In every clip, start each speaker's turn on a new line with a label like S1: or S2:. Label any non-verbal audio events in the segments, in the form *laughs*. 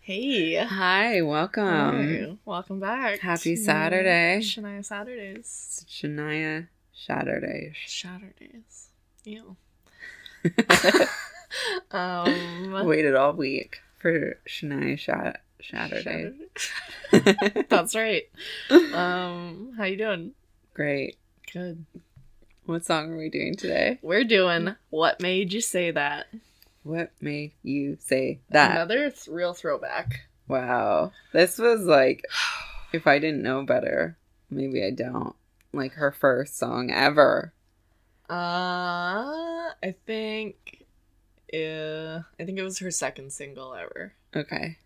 S1: Hey.
S2: Hi, welcome.
S1: Hello. Welcome back.
S2: Um, Happy
S1: to
S2: Saturday.
S1: Shania Saturdays.
S2: It's Shania Saturday.
S1: Saturdays.
S2: *laughs*
S1: Ew. um,
S2: Waited all week for Shania Sha- Saturday.
S1: Saturday. *laughs* That's right. Um, how you doing?
S2: Great.
S1: Good.
S2: What song are we doing today?
S1: We're doing What Made You Say That?
S2: What made you say that?
S1: Another th- real throwback.
S2: Wow. This was like, *sighs* if I didn't know better, maybe I don't. Like her first song ever.
S1: Uh, I think, uh, I think it was her second single ever.
S2: Okay.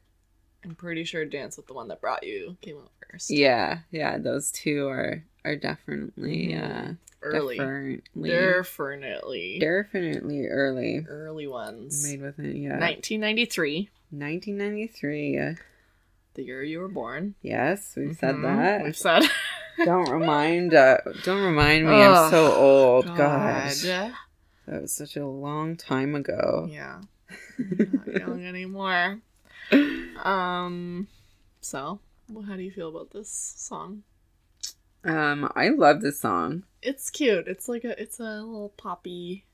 S1: I'm pretty sure "Dance with the One That Brought You" came out first.
S2: Yeah. Yeah. Those two are are definitely
S1: Mhm.
S2: uh
S1: early,
S2: definitely
S1: definitely,
S2: definitely early.
S1: early ones.
S2: Made with it, yeah.
S1: 1993,
S2: 1993.
S1: the year you were born.
S2: Yes, we've said
S1: Mhm, We've
S2: that.
S1: said.
S2: don't remind uh, don't remind me I'm
S1: Ugh,
S2: so
S1: *laughs*
S2: old. God.
S1: God.
S2: That was such a long time ago. *laughs*
S1: Yeah, I'm not young anymore. Um, so well, how do you feel about this song?
S2: Um I love this song.
S1: It's cute. It's like a it's a little poppy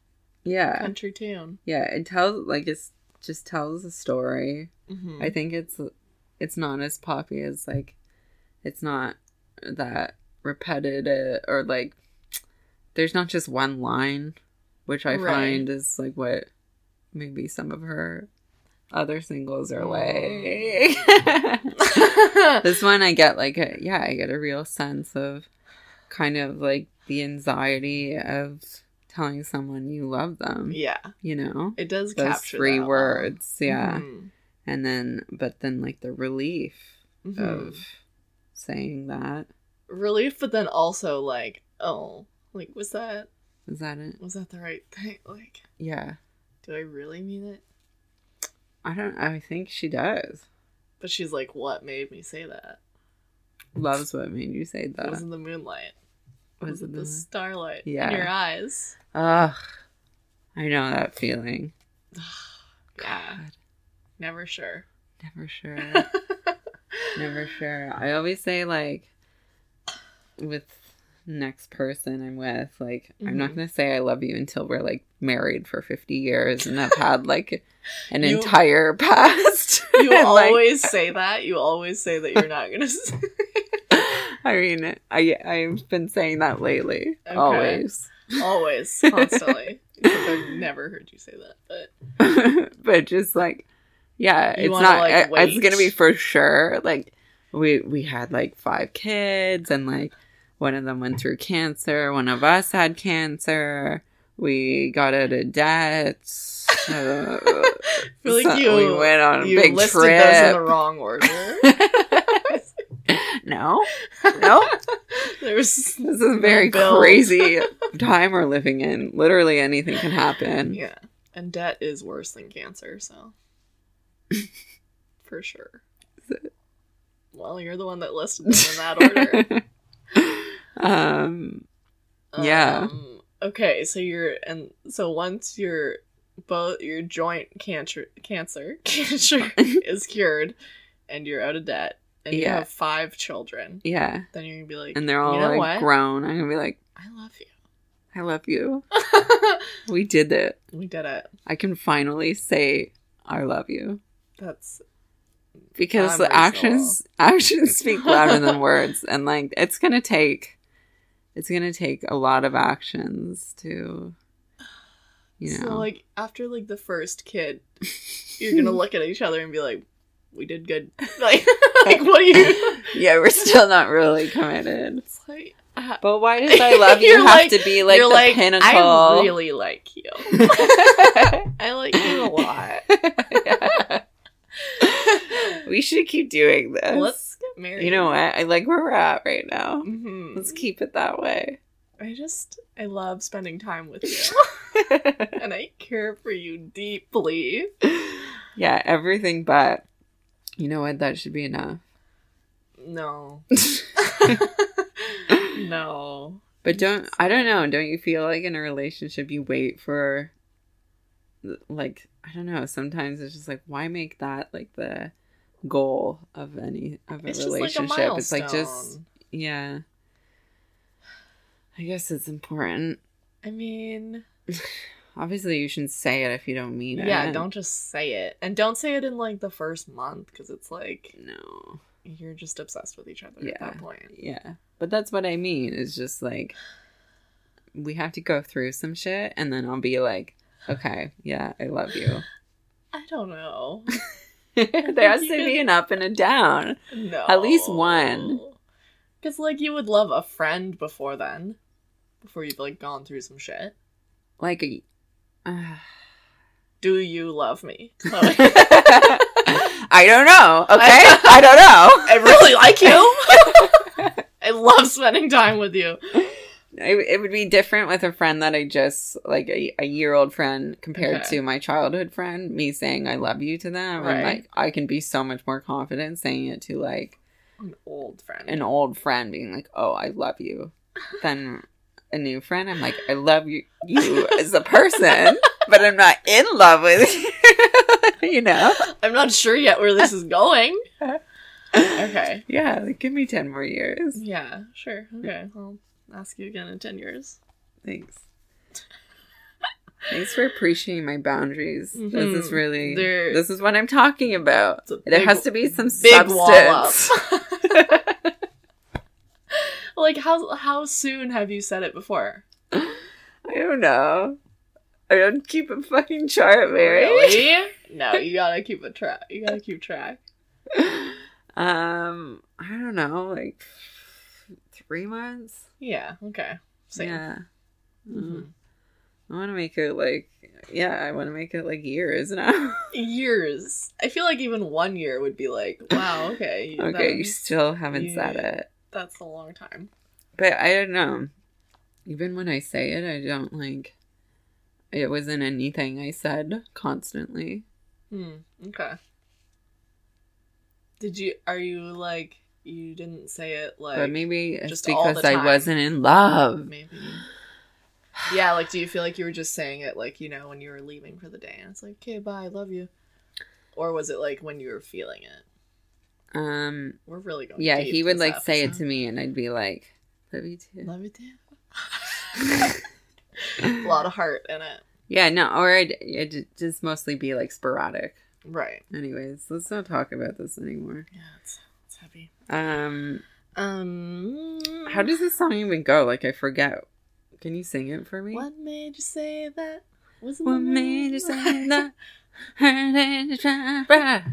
S2: Yeah.
S1: country tune.
S2: Yeah, it tells like it's just tells a story.
S1: Mm-hmm.
S2: I think it's it's not as poppy as like it's not that repetitive or like there's not just one line, which I
S1: Right.
S2: find is like what maybe some of her other singles are like. *laughs* this one I *laughs* get like a, yeah, I get a real sense of kind of like the anxiety of telling someone you love them,
S1: *laughs* yeah,
S2: you know.
S1: it does
S2: Those
S1: capture
S2: three
S1: that all.
S2: words, yeah
S1: Mhm.
S2: and then but then like the relief
S1: Mhm.
S2: of saying that
S1: relief, but then also like, oh, like was that
S2: is that it
S1: was that the right thing? *laughs* Like,
S2: yeah
S1: do I really mean it?
S2: i don't i think she does
S1: But she's like, what made me say that?
S2: loves what made you say
S1: It
S2: that
S1: was in the moonlight.
S2: Was
S1: was
S2: it
S1: it the
S2: the-
S1: starlight
S2: Uh, mm. Yeah.
S1: in your eyes?
S2: ugh i know that feeling
S1: yeah,
S2: god
S1: never
S2: *laughs*
S1: sure. *laughs*
S2: never sure never sure i always say like with next person i'm with like i'm not
S1: Mhm.
S2: gonna say i love you until we're like married for 50 years and have had like
S1: *laughs*
S2: an
S1: You-
S2: entire *laughs* past
S1: You
S2: Like, uh,
S1: always say that. You always say that you're not gonna.
S2: *laughs*
S1: s-
S2: I mean, I I've been saying that lately.
S1: Okay.
S2: Always. *laughs*
S1: always, constantly. Except I've never heard you say that. But
S2: but just like yeah,
S1: You
S2: it's
S1: wanna,
S2: not
S1: like,
S2: I- it's
S1: wait.
S2: going to be for sure. Like we we had like five kids and like one of them went through cancer, one of us had cancer. We got out of debt. Uh,
S1: I *laughs* feel like
S2: so-
S1: you
S2: we went on a
S1: you
S2: big
S1: listed those in the
S2: trip.
S1: wrong order.
S2: *laughs* no, no,
S1: *laughs* there was
S2: This is a very
S1: Bill. *laughs*
S2: crazy time we're living in. Literally anything can happen.
S1: Yeah. And debt is worse than cancer,
S2: *laughs*
S1: so. For sure.
S2: Is
S1: Well, you're the one that listed them in that order.
S2: um, *laughs* Yeah.
S1: Um, okay, so you're and so once your both your joint cancer cancer *laughs*
S2: *laughs*
S1: cancer is cured and you're out of debt and you
S2: Yeah.
S1: have five children,
S2: yeah.
S1: then you're gonna be like
S2: And they're all
S1: you know
S2: like
S1: what?
S2: grown. I'm gonna be like,
S1: I love
S2: I love you.
S1: you. *laughs*
S2: We did it.
S1: we did it.
S2: I can finally say I love you
S1: That's
S2: because
S1: I'm
S2: the actions *laughs* actions speak louder
S1: *laughs*
S2: than words, and like it's gonna take it's gonna take a lot of actions to you know
S1: So like after like the first kid, you're gonna look at each other and be like, "We did good." *laughs* Like, like what are
S2: *laughs*
S1: you?
S2: yeah we're still not really committed.
S1: It's like uh,
S2: But why
S1: *laughs*
S2: does I love you
S1: You're
S2: have
S1: like-
S2: to be like
S1: you're
S2: the
S1: like
S2: pinnacle?
S1: I really like you.
S2: *laughs*
S1: *laughs* I like you a lot.
S2: *laughs* we should keep doing this.
S1: Let's get married.
S2: you know what? I like where we're at right now.
S1: Mhm.
S2: Let's keep it that way. *laughs*
S1: I just I love spending time with you, and I care for you deeply.
S2: yeah, everything but you know what? That should
S1: *laughs*
S2: be enough. *laughs*
S1: No, no.
S2: But don't I don't know, don't you feel like in a relationship you wait for like I don't know, sometimes it's just like why make that like the goal of any of a
S1: It's just like a
S2: relationship. it's like just
S1: milestone.
S2: yeah. I guess it's important.
S1: I mean,
S2: Obviously, you shouldn't say it if you don't mean it.
S1: yeah, don't just say it. And don't say it in like the first month because it's like
S2: No.
S1: you're just obsessed with each other at
S2: Yeah.
S1: that point.
S2: Yeah, but that's what I mean. It's just like we have to go through some shit, and then I'll be like, okay, yeah, I
S1: *laughs*
S2: love you.
S1: I don't
S2: *laughs*
S1: know.
S2: there has to
S1: you can-
S2: be an up and a down.
S1: No.
S2: At least one.
S1: Because, like, you would love a friend before then. Before you've, like, gone through some shit.
S2: Like, a-
S1: *laughs*
S2: uh, *laughs*
S1: Do you love me? Chloe?
S2: I don't know. Okay, I don't know.
S1: I really like you.
S2: *laughs*
S1: I love spending time with you.
S2: It, it would be different with a friend that I just like a, a year old friend compared
S1: Okay.
S2: to my childhood friend. Me saying I love you to them, and
S1: Right.
S2: like I can be so much more confident saying it to like
S1: An old friend.
S2: an old friend being like, "Oh, I love you," than a new friend. I'm like, "I love you, you
S1: *laughs*
S2: as a person, but I'm not in love with *laughs* you." you
S1: *laughs*
S2: know?
S1: I'm not sure yet where this is
S2: *laughs*
S1: going. Okay.
S2: Yeah, like, give me ten more years.
S1: Yeah, sure. Okay. I'll ask you again in 10 years.
S2: Thanks. Thanks for appreciating my boundaries.
S1: Mhm.
S2: This is really
S1: They're-
S2: this is what I'm talking about.
S1: It's a
S2: There
S1: big-
S2: has to be some
S1: big
S2: substance.
S1: wall up. *laughs* Like, how, how soon have you said it before?
S2: I don't know. I don't keep a fucking chart, Mary.
S1: *laughs* Really? No, you gotta keep a track. You gotta keep track.
S2: *laughs* um, I don't know, like three months.
S1: Yeah, okay. Same.
S2: Yeah. Mm.
S1: Mhm.
S2: I want to make it like, yeah, I want to make it like years now. *laughs*
S1: Years. I feel like even one year would be *laughs* like, wow, okay.
S2: okay, you
S1: that's-
S2: still haven't said
S1: yeah.
S2: it,
S1: that's a long time.
S2: but I don't know. Even when I say it, I don't like. It wasn't anything I said constantly.
S1: Hmm. Okay. Did you? Are you like you didn't say it like
S2: but maybe it's
S1: just all
S2: because
S1: the
S2: I
S1: time.
S2: wasn't in love.
S1: maybe? Yeah. Like, do you feel like you were just saying it like you know when you were leaving for the day and it's like, okay, bye, I love you, or was it like when you were feeling it?
S2: Um,
S1: We're really going.
S2: yeah,
S1: deep
S2: he would
S1: this
S2: like say it
S1: episode.
S2: to me, and I'd be like, "Love you *laughs* too."
S1: Love you too. a lot of heart in it.
S2: Yeah, no, or I'd, it'd just mostly be like sporadic.
S1: Right.
S2: Anyways, let's not talk about this anymore.
S1: Yeah, it's, it's heavy.
S2: Um,
S1: Um,
S2: how does this song even go? Like, I forget. Can you sing it for me?
S1: what made you say that? Wasn't
S2: What
S1: the
S2: made you
S1: way-
S2: say that? How did you try, bruh?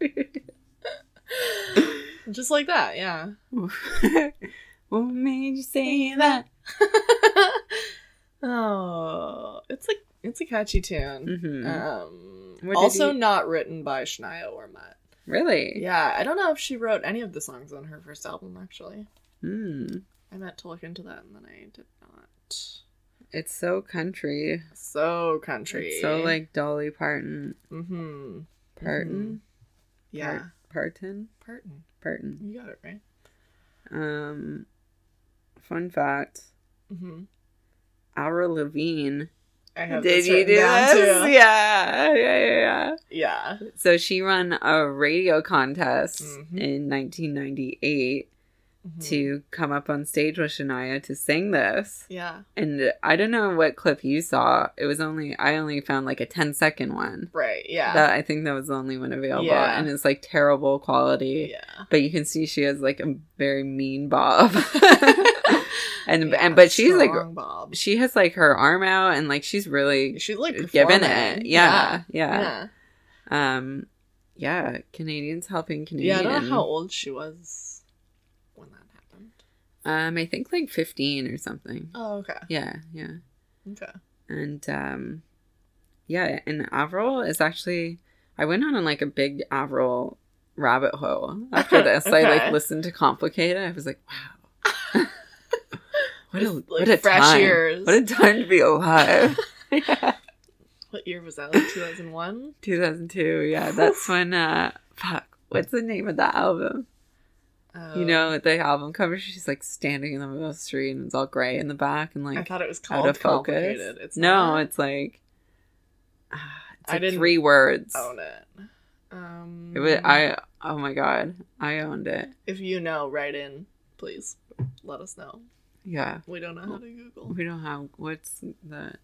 S1: *laughs* Just like that, yeah. *laughs*
S2: what made you say that?
S1: oh, it's a it's a catchy tune.
S2: hmm
S1: Um,
S2: What did
S1: also
S2: he-
S1: not written by Shania or Matt.
S2: really?
S1: Yeah, I don't know if she wrote any of the songs on her first album. Actually,
S2: Mm.
S1: I meant to look into that and then I did not.
S2: It's so country.
S1: So country.
S2: It's so like Dolly Parton.
S1: Mm-hmm.
S2: Parton?
S1: Yeah.
S2: Parton?
S1: Parton.
S2: Parton.
S1: You got it right.
S2: Um, fun fact
S1: Mm-hmm.
S2: Aura Levine
S1: I have
S2: Did
S1: this
S2: you
S1: written
S2: do
S1: down,
S2: this?
S1: too.
S2: Yeah, yeah, yeah,
S1: Yeah.
S2: yeah. So she ran a radio contest
S1: Mhm.
S2: in 1998
S1: Mhm.
S2: to come up on stage with Shania to sing this.
S1: Yeah.
S2: And I don't know what clip you saw. It was only I only found like a 10 second one.
S1: Right. Yeah.
S2: That I think that was the only one available,
S1: Yeah.
S2: and it's like terrible quality.
S1: yeah.
S2: But you can see she has like a very
S1: *laughs*
S2: mean bob, *laughs* and
S1: Yeah,
S2: and but she's like
S1: strong Bob.
S2: she has like her arm out, and like she's really
S1: She's like
S2: given
S1: performing.
S2: it. Yeah, yeah.
S1: Yeah.
S2: Um yeah, Canadians helping
S1: Yeah, I
S2: Canadians.
S1: don't know how old she was when that happened.
S2: um I think like 15 or something.
S1: Oh, okay.
S2: Yeah, yeah.
S1: Okay.
S2: And um yeah, and Avril is actually I went on like a big Avril rabbit hole after this.
S1: *laughs*
S2: I
S1: Okay.
S2: like listened to Complicated. I was like, wow.
S1: *laughs*
S2: what a
S1: Like
S2: what a
S1: fresh
S2: time.
S1: years.
S2: What a time to
S1: *laughs*
S2: be alive. *laughs*
S1: What year was that? Like 2001?
S2: 2002. Yeah, that's when uh fuck, what's the name of that album?
S1: Oh,
S2: You know, the album cover, she's like standing in the middle of the street and it's all gray in the back and
S1: I
S2: like
S1: thought it was called
S2: out of focus.
S1: Complicated. It's
S2: no,
S1: not.
S2: *sighs* it's like, ah, it's
S1: I
S2: like
S1: didn't Oh,
S2: three words.
S1: own it. Um,
S2: It would, I oh my god, I owned it.
S1: if you know, write in, please. Let us know.
S2: Yeah,
S1: We don't know how to Google.
S2: we don't have what's the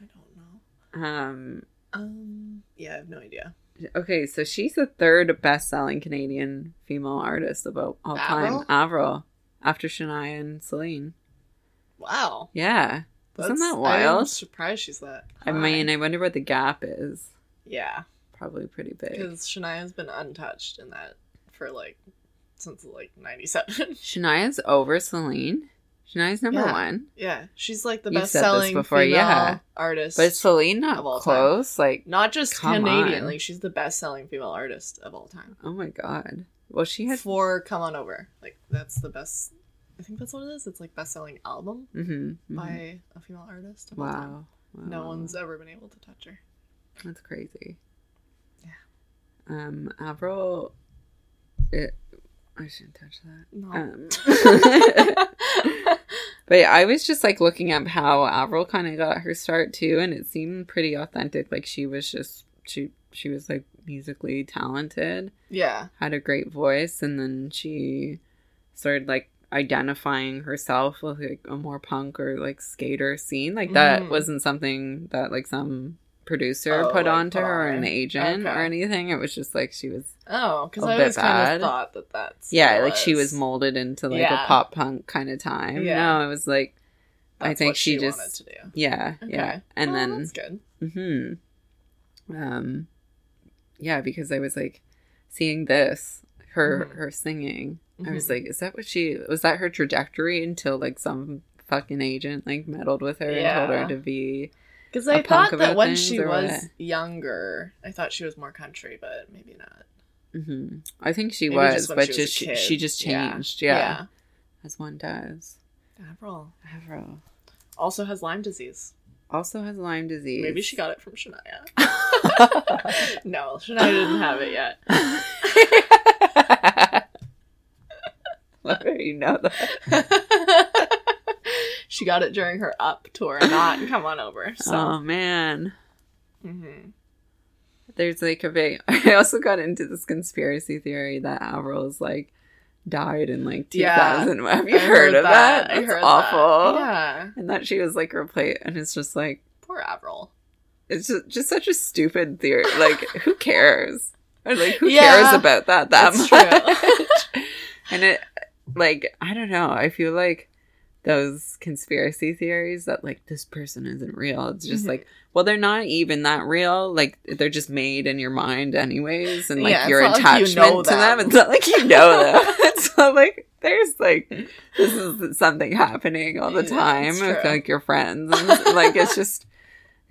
S1: I don't know.
S2: um.
S1: Um, yeah, I have no idea.
S2: Okay, so she's the third best-selling Canadian female artist of all all time.
S1: Avril?
S2: Avril, after Shania and Celine.
S1: Wow,
S2: Yeah, Isn't that
S1: I'm
S2: wild?
S1: surprised she's that.
S2: I
S1: high.
S2: mean, I wonder what the gap is.
S1: yeah,
S2: Probably pretty big.
S1: because Shania's been untouched in that for like since like '97.
S2: Shania's over Celine. Shania's number
S1: Yeah.
S2: one,
S1: *laughs* yeah, she's like the
S2: You've
S1: best
S2: said this
S1: selling
S2: before,
S1: female
S2: yeah.
S1: artist.
S2: but is Celine not
S1: Of all time.
S2: close. Like,
S1: not just
S2: Come
S1: Canadian.
S2: on.
S1: Like she's the best selling female artist of all time.
S2: oh my god. Well, she had.
S1: For Come On Over, like that's the best. I think that's what it is. It's like best selling album
S2: Mhm, mhm.
S1: by a female artist. Of all time.
S2: mm-hmm. Wow. Oh. wow.
S1: No
S2: wow,
S1: one's ever been able to touch her.
S2: wow. That's crazy.
S1: Yeah.
S2: Um, Avril. It, I shouldn't touch that.
S1: No.
S2: Um,
S1: Oh.
S2: *laughs* Uh. but yeah, I was just like looking up how Avril kind of got her start too, and it seemed pretty authentic. Like she was just she she was like musically talented,
S1: *laughs* yeah.
S2: had a great voice, and then she started like identifying herself with like a more punk or like skater scene. Like that
S1: Mhm.
S2: wasn't something that like some producer
S1: Oh,
S2: put
S1: like,
S2: on to
S1: put
S2: her or
S1: on
S2: an
S1: her.
S2: agent
S1: Okay.
S2: or anything. It was just like she was
S1: Oh, because
S2: A
S1: I
S2: bit
S1: always kind
S2: bad.
S1: of thought that that's
S2: yeah,
S1: what it
S2: like she was molded into like
S1: Yeah.
S2: a pop punk kind of time.
S1: Yeah.
S2: No, it was like I
S1: That's
S2: think
S1: what
S2: she just-
S1: wanted to do.
S2: yeah, yeah,
S1: Okay.
S2: and
S1: Oh,
S2: then
S1: that's good.
S2: hmm Um, yeah, because I was like seeing this, her
S1: Mhm.
S2: her singing. I was
S1: Mhm.
S2: like, is that what she was? That her trajectory until like some fucking agent like meddled with her and told
S1: Yeah.
S2: her to be.
S1: Because
S2: a
S1: I
S2: punk
S1: thought
S2: about
S1: that when
S2: things
S1: she
S2: or
S1: was
S2: what?
S1: younger, I thought she was more country, but maybe not.
S2: hmm I think she
S1: Maybe
S2: was,
S1: just when
S2: but
S1: she was a
S2: just she,
S1: kid.
S2: she just
S1: Yeah.
S2: changed. Yeah. as one does.
S1: yeah. Avril
S2: Avril
S1: also has Lyme disease.
S2: also has Lyme disease.
S1: Maybe
S2: *laughs*
S1: she got *laughs* it from Shania. no, Shania didn't have it
S2: *laughs*
S1: yet.
S2: Whether you know that.
S1: she got it during her up tour,
S2: *laughs*
S1: not come on over. So
S2: Oh man.
S1: mhm.
S2: There's like a big *laughs* I also got into this conspiracy theory that Avril's like died in like two
S1: Yeah.
S2: thousand. *laughs* Have
S1: I
S2: you heard, of that?
S1: I
S2: That's
S1: heard that.
S2: awful.
S1: Yeah,
S2: And that she was like replaced and it's just like
S1: poor Avril.
S2: it's just, just such a stupid theory. Like
S1: *laughs*
S2: who cares? Or like who
S1: Yeah.
S2: cares about that that
S1: It's
S2: much? *laughs*
S1: true.
S2: and it like i don't know i feel like those conspiracy theories that like this person isn't real it's just
S1: Mhm.
S2: like well they're not even that real like they're just made in your mind anyways and like
S1: Yeah, it's
S2: your
S1: not like you
S2: attachment
S1: know
S2: to them.
S1: them.
S2: it's not like
S1: *laughs*
S2: you know them it's not like there's like this is something happening all the
S1: Yeah,
S2: time
S1: it's
S2: with
S1: true.
S2: like your friends and like it's just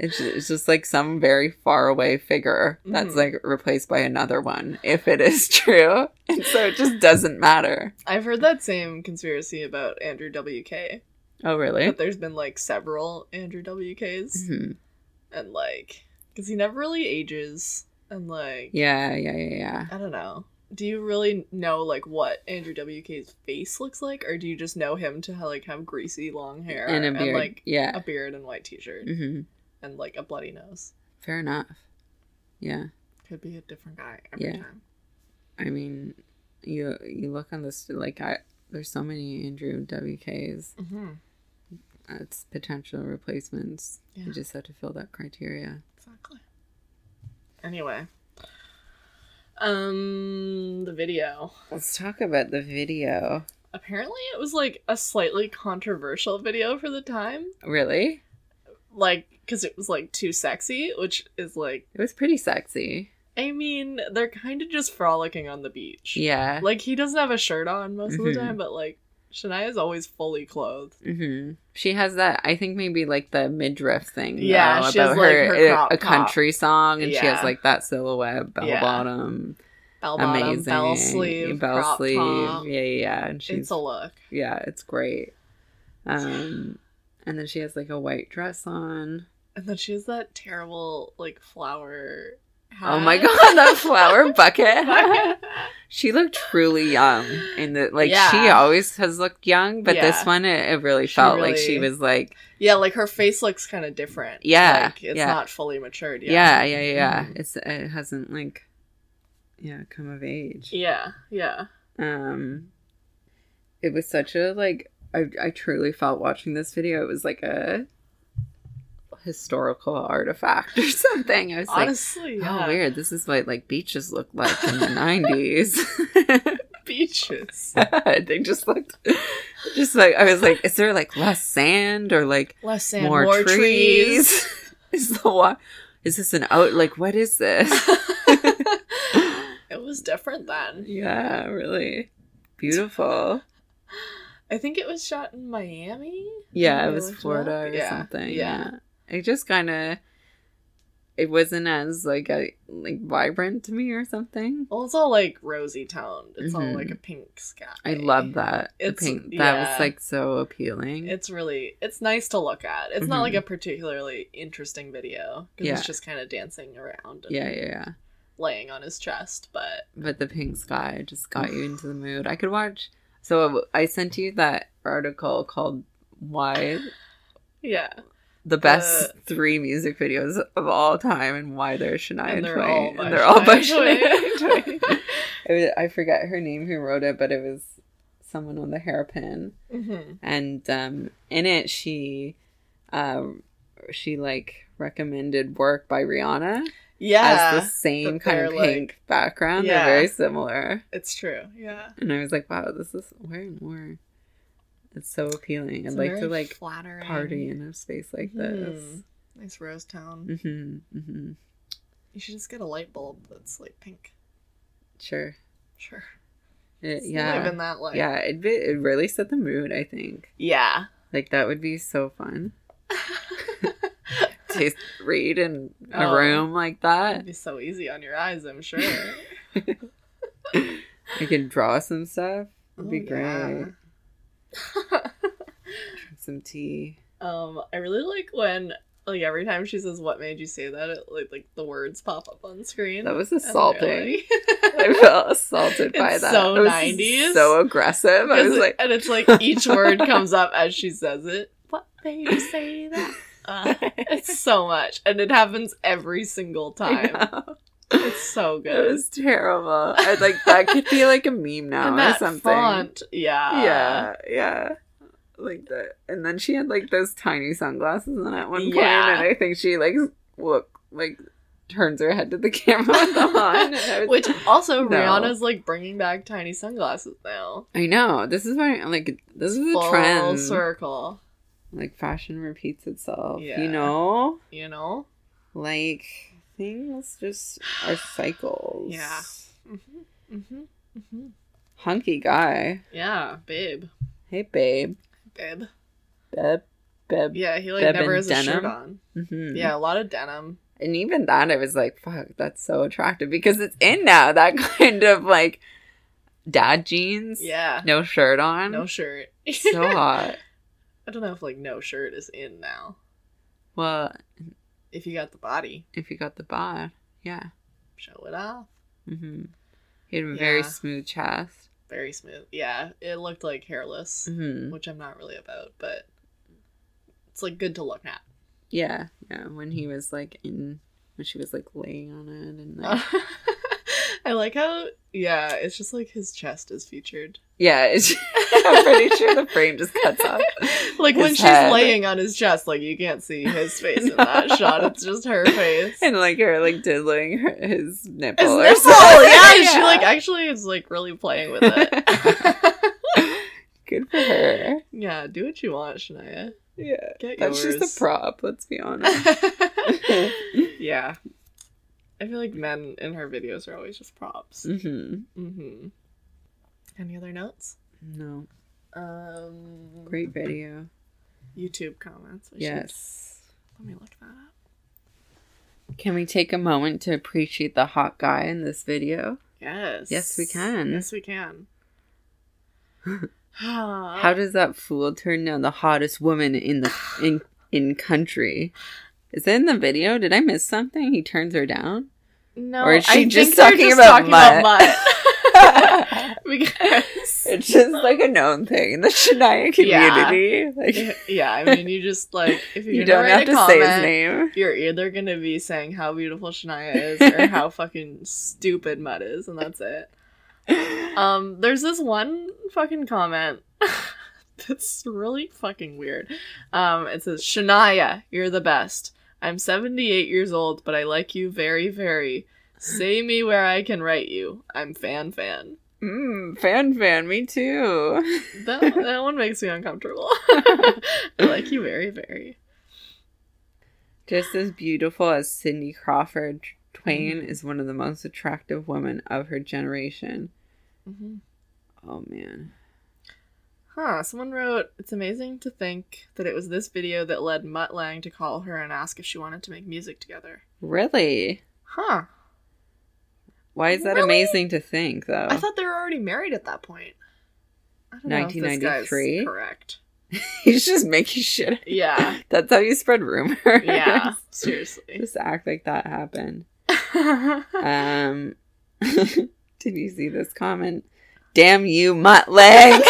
S2: it's just, it's just like some very far away figure that's
S1: Mhm.
S2: like replaced by another one if it is *laughs* true and so it just doesn't matter
S1: I've heard that same conspiracy about Andrew WK.
S2: oh really
S1: But there's been like several Andrew WKs,
S2: Mhm.
S1: and like, because he never really ages, and like,
S2: yeah yeah yeah yeah
S1: I don't know. Do you really know like what Andrew WK's face looks like, or do you just know him to like have greasy long hair
S2: and a beard
S1: like
S2: yeah
S1: a beard and white T-shirt
S2: hmm
S1: and like a bloody nose?
S2: fair enough yeah
S1: Could be a different guy every
S2: Yeah.
S1: time.
S2: i mean you you look on this like i there's so many andrew wks
S1: Mm-hmm.
S2: as potential replacements
S1: Yeah.
S2: you just have to fill that criteria
S1: Exactly. Anyway, um, the video.
S2: Let's talk about the video.
S1: apparently it was like a slightly controversial video for the time
S2: Really?
S1: like because it was like too sexy which is like
S2: It was pretty sexy.
S1: i mean they're kind of just frolicking on the beach
S2: Yeah.
S1: like he doesn't have a shirt on most of
S2: Mhm.
S1: the time but like shania is always fully clothed
S2: hmm She has that. I think maybe like the midriff thing.
S1: Yeah,
S2: though,
S1: she has,
S2: about
S1: like,
S2: her, eh,
S1: her
S2: a-
S1: crop
S2: a country song, and she has
S1: Yeah.
S2: like that silhouette bell
S1: Yeah.
S2: bottom,
S1: bell bottom
S2: amazing
S1: bell sleeve
S2: bell
S1: crop
S2: sleeve.
S1: top.
S2: Yeah, yeah, yeah. And she's
S1: it's a look
S2: yeah, it's great. Um, and then she has like a white dress on.
S1: and then she has that terrible like flower
S2: Oh my
S1: hat.
S2: *laughs* god,
S1: *laughs*
S2: that flower bucket. She looked truly young, and the, like she
S1: Yeah.
S2: always has looked young, but this
S1: Yeah.
S2: one it, it really
S1: She
S2: felt like she
S1: really-
S2: was like,
S1: *laughs* yeah like her face looks kind of different
S2: Yeah,
S1: like it's
S2: yeah.
S1: not fully matured yet
S2: yeah, yeah, yeah. yeah.
S1: Mhm.
S2: It's it hasn't like yeah, come of age.
S1: Yeah, yeah.
S2: Um, it was such a like I I truly felt watching this video. It was like a historical artifact or *laughs* something. I was like,
S1: Honestly,
S2: oh,
S1: yeah.
S2: weird. This is what like beaches looked like in the *laughs* nineties.
S1: Beaches.
S2: they just looked just like I was like, is there like less sand or like
S1: Less sand,
S2: more,
S1: more,
S2: trees?
S1: trees.
S2: *laughs* is the wa- is this an out? Like, what is
S1: *laughs*
S2: this? *laughs*
S1: it was different then.
S2: yeah, really beautiful.
S1: I think it was shot in Miami.
S2: Yeah,
S1: Maybe I
S2: it was
S1: looked it
S2: Florida
S1: up.
S2: or
S1: Yeah,
S2: something.
S1: yeah.
S2: Yeah. It just kind of it wasn't as like a like vibrant to me or something.
S1: Well, it's all like rosy toned. It's all
S2: Mhm.
S1: like a pink sky.
S2: I love that. The
S1: It's-
S2: pink- that
S1: yeah.
S2: was like so appealing.
S1: It's really it's nice to look at. It's not like
S2: Mhm.
S1: a particularly interesting video because
S2: Yeah.
S1: it's just kind of dancing around and
S2: yeah, yeah, yeah.
S1: laying on his chest. But
S2: But the pink sky just got you into the mood. I could watch. So uh, I sent you that article called "Why
S1: yeah,
S2: the best
S1: Uh,
S2: three music videos of all time and why they're Shania
S1: and they're
S2: Twain.
S1: all by
S2: and they're all by
S1: Shania
S2: Shania
S1: Twain.
S2: Twain.
S1: *laughs*
S2: It was- I forget her name who wrote it, but it was someone on the hairpin.
S1: Mhm.
S2: And um, in it, she, um, she like recommended work by Rihanna
S1: yeah,
S2: as the same
S1: that
S2: kind
S1: they're,
S2: of
S1: like-
S2: pink background.
S1: Yeah.
S2: They're very similar.
S1: it's true. Yeah,
S2: And I was like, wow, this is where and more. It's so appealing.
S1: It's
S2: I'd like
S1: very
S2: to like
S1: flattering
S2: party in a space like this.
S1: Mhm. Nice rose town.
S2: hmm hmm
S1: You should just get a light bulb that's like pink.
S2: Sure.
S1: Sure.
S2: It,
S1: Just
S2: yeah.
S1: Live in that light.
S2: yeah, it'd be, it really set the mood, I think.
S1: Yeah.
S2: Like, that would be so fun to read in a
S1: Oh.
S2: room like that.
S1: It'd be so easy on your eyes, I'm sure.
S2: I could draw some stuff. It'd be
S1: Oh,
S2: great.
S1: yeah.
S2: Drink some tea.
S1: *laughs*
S2: *laughs*
S1: Um, I really like when like every time she says what made you say that it like like the words pop up on screen.
S2: That was
S1: And they're
S2: assaulting. *laughs* I
S1: *laughs* like-
S2: felt assaulted by
S1: It's
S2: that.
S1: so
S2: It was
S1: 90s.
S2: So aggressive. I was like,
S1: and it's
S2: *laughs*
S1: like each word comes up as she says it. What made you say
S2: *laughs*
S1: that? Uh, it's so much. And it happens every single
S2: I
S1: time.
S2: know.
S1: It's so
S2: It
S1: good.
S2: was terrible. I, like that could be like a meme
S1: *laughs*
S2: now
S1: and
S2: or
S1: that
S2: something.
S1: font. Yeah.
S2: yeah, yeah. Like that. And then she had like those tiny sunglasses on at one point,
S1: Yeah.
S2: and I think she like look like turns her head to the *laughs* camera
S1: *laughs*
S2: with them on. and I was-
S1: Which also
S2: No.
S1: Rihanna's like bringing back tiny sunglasses now.
S2: I know. This is why like this is a
S1: Full
S2: trend.
S1: circle.
S2: Like fashion repeats itself.
S1: Yeah.
S2: You know?
S1: You know?
S2: Like things just are
S1: *sighs*
S2: cycles.
S1: Yeah. Mm-hmm. Mm-hmm. Mm-hmm.
S2: Hunky guy.
S1: Yeah, babe.
S2: Hey babe.
S1: Babe.
S2: Beb Beb.
S1: Yeah, he like
S2: Bib
S1: never
S2: and
S1: has a shirt
S2: denim?
S1: on.
S2: Mhm.
S1: Yeah, a lot of denim.
S2: And even that, I was like, fuck, that's so attractive because it's in now that *laughs* kind of like dad jeans,
S1: Yeah.
S2: no shirt on.
S1: No shirt. *laughs*
S2: so hot.
S1: I don't know if like no shirt is in now.
S2: Well,
S1: If you got the body,
S2: if you got the bod, yeah.
S1: show it off.
S2: hmm He had a very
S1: Yeah.
S2: smooth chest.
S1: Very smooth. Yeah, it looked like hairless,
S2: hmm
S1: which I'm not really about, but it's like good to look at.
S2: Yeah, yeah. When he was like in, when she was like laying on it
S1: *laughs*
S2: and like,
S1: I like how yeah, it's just like his chest is featured.
S2: *laughs* yeah, it's, I'm *laughs* pretty sure the frame just cuts off.
S1: *laughs* Like when
S2: His
S1: she's
S2: head.
S1: laying on his chest, like you can't see
S2: *laughs*
S1: his face in that
S2: No.
S1: shot. It's just her face.
S2: *laughs*
S1: *laughs*
S2: And like her like diddling her, his nipple.
S1: His
S2: or
S1: nipple,
S2: *laughs* something.
S1: yeah, She like actually is like really playing with
S2: *laughs*
S1: it.
S2: good for her.
S1: yeah, do what you want, Shania.
S2: Yeah.
S1: Get
S2: That's
S1: yours.
S2: just a prop, let's be *laughs* honest.
S1: *laughs*
S2: *laughs*
S1: yeah. I feel like men in her videos are always just props.
S2: hmm
S1: Mm-hmm. Any other notes?
S2: No.
S1: Um,
S2: Great video.
S1: YouTube comments. I should-
S2: Yes.
S1: let me look that up.
S2: Can we take a moment to appreciate the hot guy in this video?
S1: Yes.
S2: Yes, we can.
S1: Yes, we
S2: *laughs*
S1: can. Ah, How
S2: How does that fool turn down the hottest woman in the in in country? Is it in the video? Did I miss something? He turns her down?
S1: no,
S2: or is
S1: I
S2: she
S1: think
S2: just
S1: they're
S2: talking about
S1: talking about
S2: Mutt?
S1: Mutt. *laughs* because
S2: *laughs* It's just like a known thing in the Shania community. Like
S1: yeah, I mean, you just like if you're
S2: you
S1: gonna
S2: don't
S1: write
S2: have
S1: a
S2: to
S1: comment,
S2: say his name.
S1: You're either gonna be saying how beautiful Shania is
S2: *laughs*
S1: or how fucking stupid Mud is, and that's it. Um, there's this one fucking comment *laughs* that's really fucking weird. Um, it says, Shania, you're the best. I'm 78 years old, but I like you very, very. Say me where I can write you. I'm fan fan.
S2: Mm, fan fan, me too.
S1: That, that one makes me uncomfortable. *laughs* I like you very, very.
S2: Just as beautiful as Cindy Crawford, Twain
S1: Mm-hmm.
S2: is one of the most attractive women of her generation.
S1: Mhm.
S2: Oh man.
S1: Huh, someone wrote, It's amazing to think that it was this video that led Mutt Lang to call her and ask if she wanted to make music together.
S2: Really?
S1: Huh.
S2: Why is that
S1: Really?
S2: amazing to think though?
S1: I thought they were already married at that point. I don't know if this guy's
S2: 1993?
S1: Correct.
S2: *laughs* He's just making shit. up. *laughs*
S1: Yeah.
S2: That's how you spread rumors.
S1: Yeah. seriously. *laughs*
S2: *laughs* Just act like that happened.
S1: oh
S2: Um, *laughs* did you see this comment? Damn you,
S1: *laughs*
S2: mutt leg.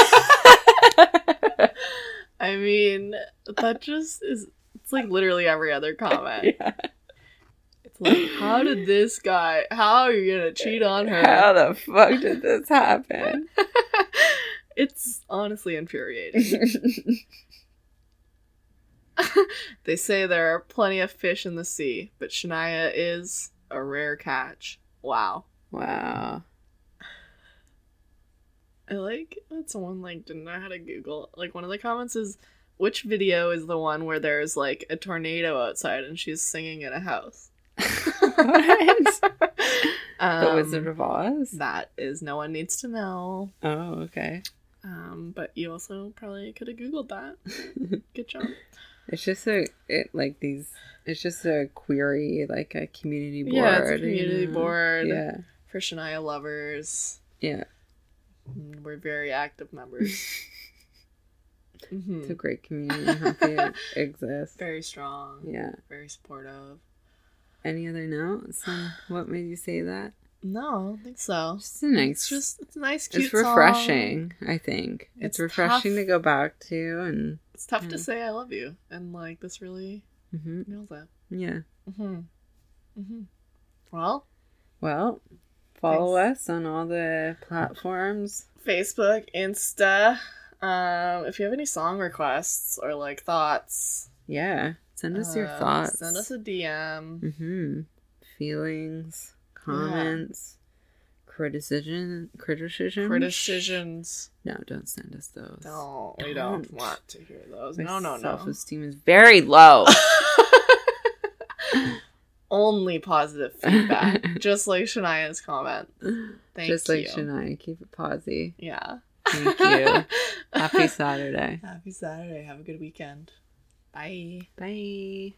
S1: I mean, that just is. It's like literally every other comment.
S2: *laughs* Yeah.
S1: It's like, how did this guy? How are you gonna cheat on her?
S2: How the fuck did this happen?
S1: *laughs* It's honestly infuriating. *laughs* They say there are plenty of fish in the sea, but Shania is a rare catch. Wow.
S2: wow.
S1: I like that someone like didn't know how to Google. Like one of the comments is, "Which video is the one where there's like a tornado outside and she's singing in a house?"
S2: What?
S1: Um,
S2: *laughs* the Wizard of Oz?
S1: That is, no one needs to know.
S2: Oh, okay. *laughs*
S1: Um, but you also probably could have googled that. Good job.
S2: It's just a it like these. It's just a query, like a community board.
S1: yeah, it's a
S2: you
S1: community
S2: know?
S1: board
S2: Yeah,
S1: for Shania lovers.
S2: yeah.
S1: Mm, We're very active
S2: *laughs*
S1: members.
S2: It's
S1: hmm
S2: a great community. I'm
S1: *laughs*
S2: happy it exists.
S1: Very strong.
S2: Yeah.
S1: Very supportive.
S2: Any other notes on what made you say that?
S1: No, I don't think so.
S2: Just a nice.
S1: It's just it's a nice, cute.
S2: it's
S1: song.
S2: refreshing. I think it's,
S1: It's
S2: refreshing
S1: tough.
S2: to go back to and.
S1: It's tough
S2: Yeah.
S1: to say I love you, and like this really
S2: mhm,
S1: nails that.
S2: Yeah.
S1: Mm-hmm. Mm-hmm. Well,
S2: Well, follow us on all the platforms.
S1: Facebook, Insta. Um, if you have any song requests or like thoughts,
S2: Yeah. Send us your
S1: uh,
S2: thoughts.
S1: Send us a DM.
S2: Mm-hmm. Feelings, comments, criticism, criticism.
S1: Criticisms.
S2: No, don't send us those.
S1: No, we don't
S2: Don't.
S1: want to hear those.
S2: My
S1: No, no, no.
S2: Self-esteem is very low.
S1: *laughs* Only positive
S2: *laughs*
S1: feedback, just like Shania's comment. Thank
S2: Just
S1: you.
S2: like Shania, keep it posy.
S1: Yeah. *laughs*
S2: Thank you. Happy Saturday.
S1: Happy Saturday. Have a good weekend. Bye.
S2: Bye.